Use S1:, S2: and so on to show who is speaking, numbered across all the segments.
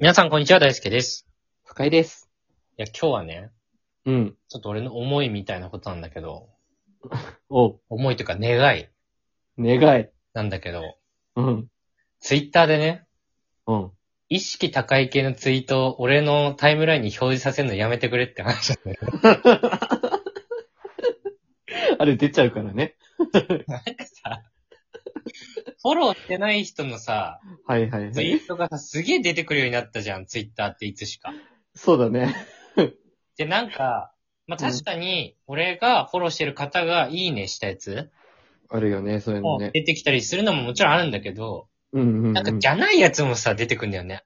S1: 皆さん、こんにちは。大輔です。
S2: 深井です。
S1: いや、今日はね、
S2: うん。
S1: ちょっと俺の思いみたいなことなんだけど、
S2: お、
S1: 思いというか願い
S2: 願い。
S1: なんだけど、
S2: うん。
S1: ツイッターでね、
S2: うん。
S1: 意識高い系のツイートを俺のタイムラインに表示させるのやめてくれって話 なんだよ。
S2: あれ出ちゃうからね。
S1: フォローしてない人のさ、
S2: はいはいは
S1: ツイ
S2: い。
S1: ートがさ、すげえ出てくるようになったじゃん、ツイッターっていつしか。
S2: そうだね。
S1: で、なんか、まあ、
S2: うん
S1: 確かに、俺がフォローしてる方がいいねしたやつ、
S2: あるよね、そういうの
S1: も
S2: ね。
S1: 出てきたりするのももちろんあるんだけど、
S2: うんうん、うん。
S1: なんかじゃないやつもさ、出てくんだよね。。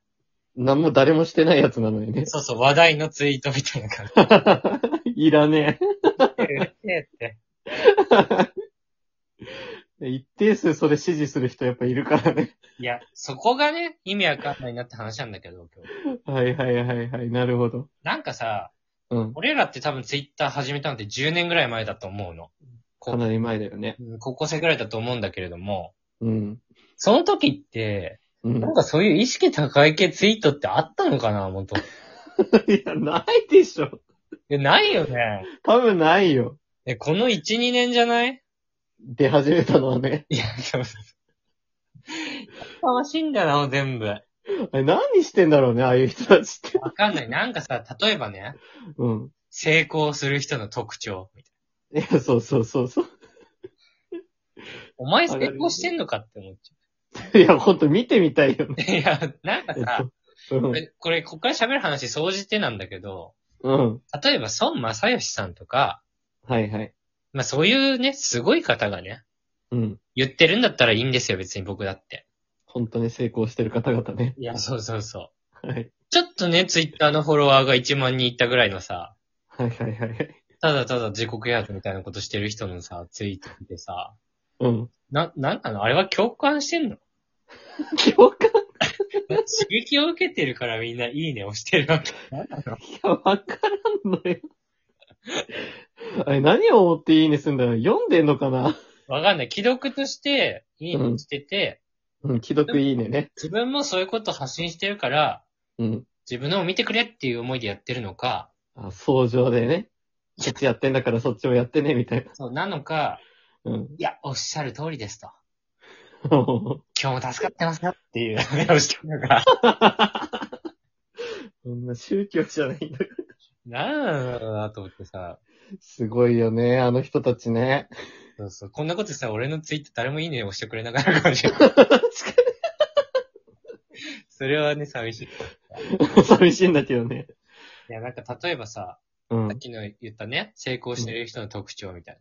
S2: 何も誰もしてないやつなのにね
S1: そうそう、話題のツイートみたいな感じ
S2: いらね
S1: って。
S2: え。一定数それ支持する人やっぱいるからね。
S1: いや、そこがね、意味わかんないなって話なんだけど、今日。
S2: はいはいはいはい。なるほど。
S1: なんかさ、
S2: うん。
S1: 俺らって多分ツイッター始めたのって10年ぐらい前だと思うの。こ
S2: かなり前だよね。
S1: うん高校生ぐらいだと思うんだけれども、
S2: うん。
S1: その時って、
S2: うん。
S1: なんかそういう意識高い系ツイートってあったのかな、もっと。い
S2: いや、ないでしょ。
S1: や、ないよね。
S2: 多分ないよ。
S1: え、この1、2年じゃない
S2: 出始めたのはね。
S1: いや、でもさ、やましいんだな、全部。わ
S2: あれ何してんだろうね、ああいう人たちって。
S1: かんない。なんかさ、例えばね、
S2: うん。
S1: 成功する人の特徴。
S2: いや、そうそうそうそう。
S1: お前成功してんのかって思っちゃう。
S2: いや、ほんと見てみたいよね。
S1: いや、なんかさ、
S2: う
S1: こ
S2: ん。
S1: れ、これこっから喋る話、総じてなんだけど、
S2: うん。
S1: 例えば、孫正義さんとか、
S2: はいはい。
S1: まあそういうね、すごい方がね、
S2: うん。
S1: 言ってるんだったらいいんですよ、別に僕だって。
S2: 本当に成功してる方々ね。
S1: いや、そうそうそう。
S2: はい。
S1: ちょっとね、ツイッターのフォロワーが1万人いったぐらいのさ、
S2: はいはいはい。
S1: ただただ自己啓発みたいなことしてる人のさ、ツイート見てさ、
S2: うん。
S1: な、なんなのあれは共感してんの
S2: 共感
S1: 刺激を受けてるからみんないいねをしてるわけ。なんなの
S2: いや、わからんのよ。あれ、何を思っていいねすんだろう読んでんのかな
S1: わかんない。既読として、いいねしてて、
S2: うん、既読いいねね。
S1: 自分もそういうこと発信してるから、
S2: うん。
S1: 自分のを見てくれっていう思いでやってるのか、
S2: あ、相乗でね。こっちやってんだからそっちもやってね、みたい
S1: そうなのか、
S2: な。うん。
S1: いや、おっしゃる通りですと。
S2: 本
S1: 今日も助かってますよって いう目をしてるのか。
S2: そんな宗教じゃないんだから。
S1: なんだろうなと思ってさ、
S2: すごいよね、あの人たちね。
S1: そうそうこんなことしたら俺のツイッター誰もいいねを押してくれなかったかもしれ ない。それはね、寂しい。い
S2: 寂しいんだけどね。
S1: や、なんか例えばさ、
S2: うん
S1: さっ。きの言ったね、成功してる人の特徴みたい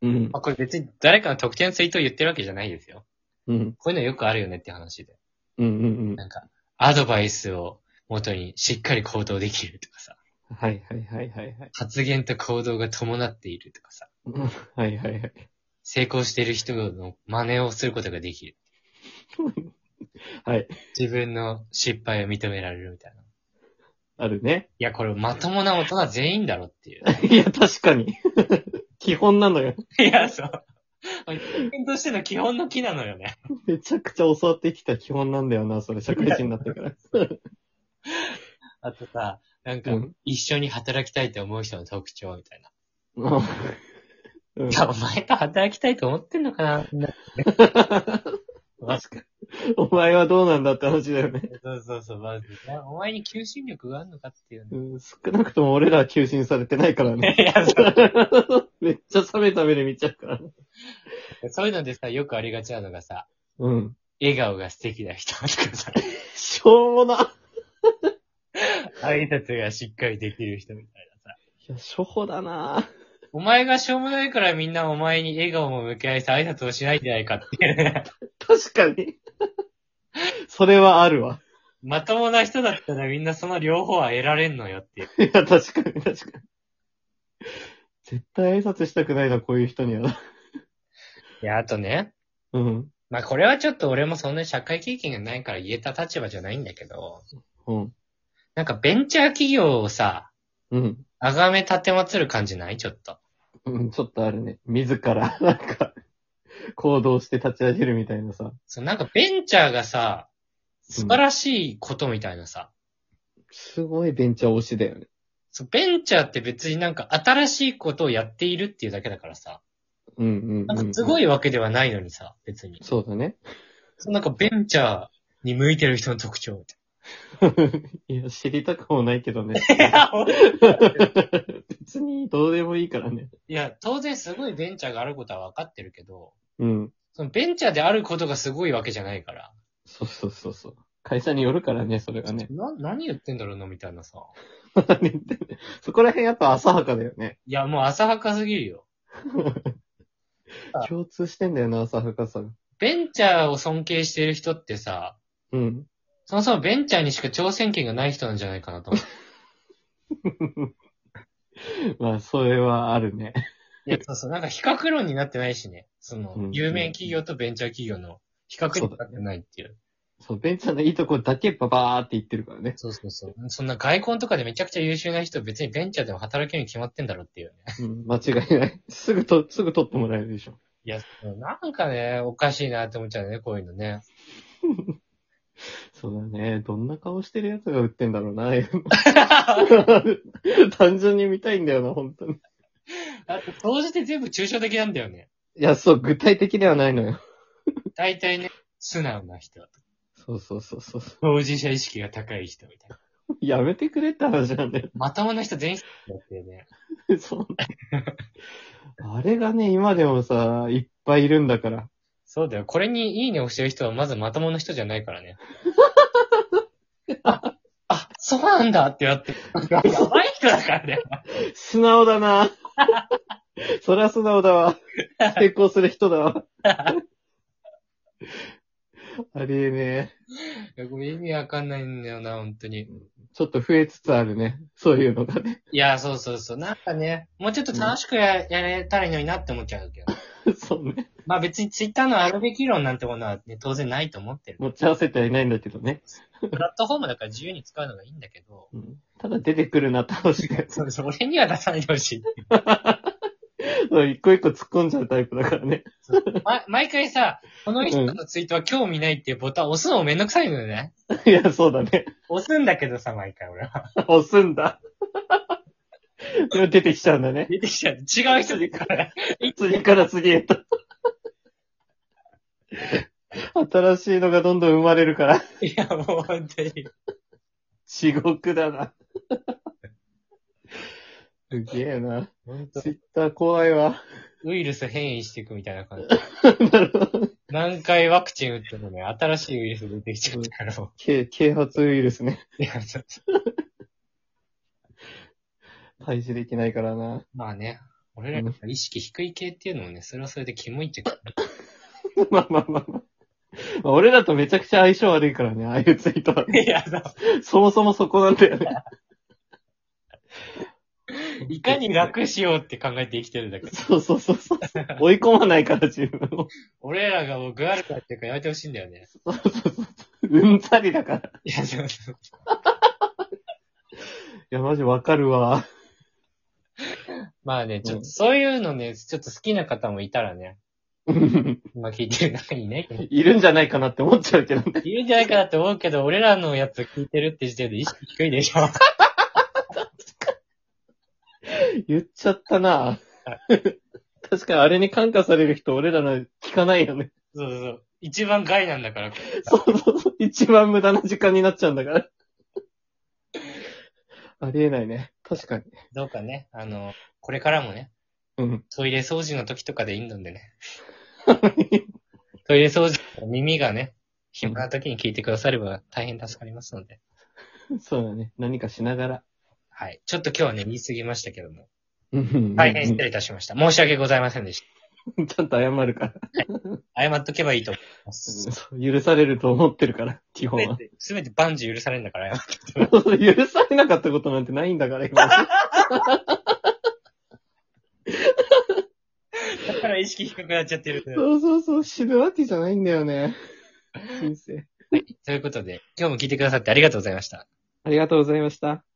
S1: な。
S2: うん
S1: ま。あこれ別に誰かの特定のツイートを言ってるわけじゃないですよ。
S2: うん。
S1: こういうのよくあるよねって話で。
S2: うんうん
S1: なんか、アドバイスを元にしっかり行動できるとかさ、
S2: うん。はいはいはいはいはい。
S1: 発言と行動が伴っているとかさ、
S2: うん はいはいはい。
S1: 成功している人の真似をすることができる。
S2: はい。
S1: 自分の失敗を認められるみたいな。い
S2: あるね。
S1: や、これまともな大人全員だろっていう。
S2: いや、確かに。 基本なのよ。
S1: いや、そう。人間としての基本の木なのよね。
S2: めちゃくちゃ教わってきた基本なんだよな、それ、社会人になってから。
S1: あとさ、なんか
S2: う、ん。
S1: 一緒に働きたいと思う人の特徴みたいな。
S2: うん
S1: いや、お前と働きたいと思ってんのかなみんなまず
S2: お前はどうなんだって話だよね。
S1: そうそうそう、まずね。お前に求心力があるのかっていうね。
S2: うん少なくとも俺らは求心されてないからね。
S1: いや、そう。
S2: めっちゃ冷めた目で見ちゃうからね。
S1: そういうのでさ、よくありがちなのがさ、
S2: うん。
S1: 笑顔が素敵な人とかさ、
S2: しょうもな。
S1: 挨拶がしっかりできる人みたいなさ。
S2: いや、初歩だな。
S1: お前がしょうもないからみんなお前に笑顔も向け合いさ、挨拶をしないんじゃないかっていうね。
S2: 確かに。それはあるわ。
S1: まともな人だったらみんなその両方は得られんのよっていう。
S2: いや、確かに、確かに。絶対挨拶したくないな、こういう人には。
S1: いや、あとね、
S2: うん。
S1: まあこれはちょっと俺もそんな社会経験がないから言えた立場じゃないんだけど、
S2: うん。
S1: なんかベンチャー企業をさ、
S2: うん。
S1: あがめ立てまつる感じないちょっと。
S2: うん、ちょっとあるね。自ら、なんか、行動して立ち上げるみたいなさ。
S1: そう、なんかベンチャーがさ、素晴らしいことみたいなさ、
S2: すごいベンチャー推しだよね。
S1: そうベンチャーって別になんか新しいことをやっているっていうだけだからさ。
S2: うんうん、うん。
S1: なんかすご
S2: い。
S1: いわけではないのにさ、別に。
S2: そうだね。
S1: そのなんかベンチャーに向いてる人の特 徴みた
S2: いや、知りたくもないけど ね。
S1: いな。
S2: 別にどうでもいいからね。
S1: いや、当然すごいベンチャーがあることは分かってるけど、
S2: うん。
S1: そのベンチャーであることがすごいわけじゃないから。
S2: そうそうそうそう。会社によるからね、それがね。
S1: な、何言ってんだろうな、みたいなさ。
S2: そこら辺やっぱ浅はかだよね。
S1: いや、もう浅はかすぎるよ。あ
S2: 共通してんだよな、浅はかさが。
S1: ベンチャーを尊敬してる人ってさ、
S2: うん。
S1: そもそもベンチャーにしか挑戦権がない人なんじゃないかなと思う。
S2: まあ、それはあるね。
S1: いや、そうそう。なんか比較論になってないしね。その
S2: うん、
S1: 有名企業とベンチャー企業の比較になってないっていう。
S2: そう、ベンチャーのいいとこだけババーって言ってるからね。
S1: そうそうそう。そんな外交とかでめちゃくちゃ優秀な人別にベンチャーでも働けるに決まってんだろうっていうね。
S2: うん、間違いない。すぐと、すぐ取ってもらえるでしょ。
S1: いや、そうなんかね、おかしいなって思っちゃうね、こういうのね。
S2: そうだね。どんな顔してるやつが売ってんだろうな。 単純に見たいんだよな、本当に。
S1: だって、当時って全部抽象的なんだよね。
S2: いや、そう、具体的ではないのよ。
S1: 大体ね、素直な人。
S2: そうそうそうそう。
S1: 当事者意識が高い人みたいな。
S2: やめてくれって話なんだよ。
S1: まともな人全員だっていうね。
S2: そんな。あれがね、今でもさ、いっぱいいるんだから。
S1: そうだよ。これにいいねをしてる人はまずまともな人じゃないから ね。あ、あ、そうなんだってなって。やばい人だからね。
S2: 素直だな。そりゃ素直だわ。成功する人だわ。ありえねえ。
S1: いやこれ意味わかんないんだよな、本当に。
S2: ちょっと増えつつあるね。そういうのがね。
S1: いや、そうそうそう。なんかね、もうちょっと楽しくや,、やれたらいいのになって思っちゃうけど。
S2: そうね。
S1: まあ別にツイッターのあるべき論なんてものは、ね、当然ないと思ってる。
S2: 持ち合わせてはいないんだけどね。
S1: プラットフォームだから自由に使うのがいいんだけど。
S2: うんただ出てくるな、楽しく。
S1: そうです。俺には出さないでほしい。
S2: そう一個一個突っ込んじゃうタイプだからね。
S1: ま、毎回さ、この人のツイートは興味ないっていうボタン押すのもめんどくさいのよね。
S2: いや、そうだね。
S1: 押すんだけどさ、毎回俺は。
S2: 押すんだ。でも出てきちゃうんだね。
S1: 出てきちゃう。違う人でから。
S2: 次から次へと。新しいのがどんどん生まれるから、
S1: いや、もう本当に。
S2: 地獄だな。すげえな。
S1: 本当
S2: ツイッター怖いわ。
S1: ウイルス変異していくみ たいな感じ。
S2: なるほど。
S1: 何回ワクチン打ってもね、新しいウイルス出てきちゃうから も
S2: け啓発ウイルスね。
S1: う。いや、ちょっと。
S2: 対峙できないからな。
S1: まあね。俺らが意識低い系っていうのもね、それはそれでキモいっちゃ
S2: まあまあまあまあ。まあ俺らとめちゃくちゃ相性悪いからね、ああいうツイートは。
S1: いや、そう。
S2: そもそもそこなんだよね。
S1: いかに楽しようって考えて生きてるんだけど。
S2: そうそうそうそう。追い込まないから自分を。
S1: 俺らがもう具悪くなってるからやめてほしいんだよね。
S2: そうそうそう。うんざりだから。い
S1: いや、そうそう。
S2: や、マジわかるわ。
S1: まあね、ちょっとそういうのね、ちょっと好きな方もいたらね、今聞いてる中にね、
S2: いるんじゃないかなって思っちゃうけどね。
S1: いるんじゃないかなって思うけど、俺らのやつ聞いてるって時点で意識低いで しょ。
S2: 言っちゃったな。確かにあれに感化される人、俺らの聞かないよね。
S1: そうそうそう。一番害なんだから。
S2: そうそうそう。一番無駄な時間になっちゃうんだから。 ありえないね。確かに。
S1: どうかね、あの、これからもね、
S2: うん。
S1: トイレ掃除の時とかでいいのでね。トイレ掃除、耳がね、暇な時に聞いてくだされば大変助かりますので。
S2: そうだね。何かしながら。
S1: はい。ちょっと今日はね、言い過ぎましたけども。大
S2: 大
S1: 変 失礼いたしました。申し訳ございませんでし
S2: ちゃんと謝るから。
S1: た。謝っとけばいいと思います。
S2: そう許されると思ってるから、基 本は。
S1: すべて万事許されるんだから、謝っ
S2: 許されなかったことなんてないんだから、今。
S1: て だから意識低くなっちゃってる。
S2: そうそうそう、死ぬわけじゃないんだよ ね。人生。
S1: ということで、今日も聞いてくださってありがとうございました。
S2: ありがとうございました。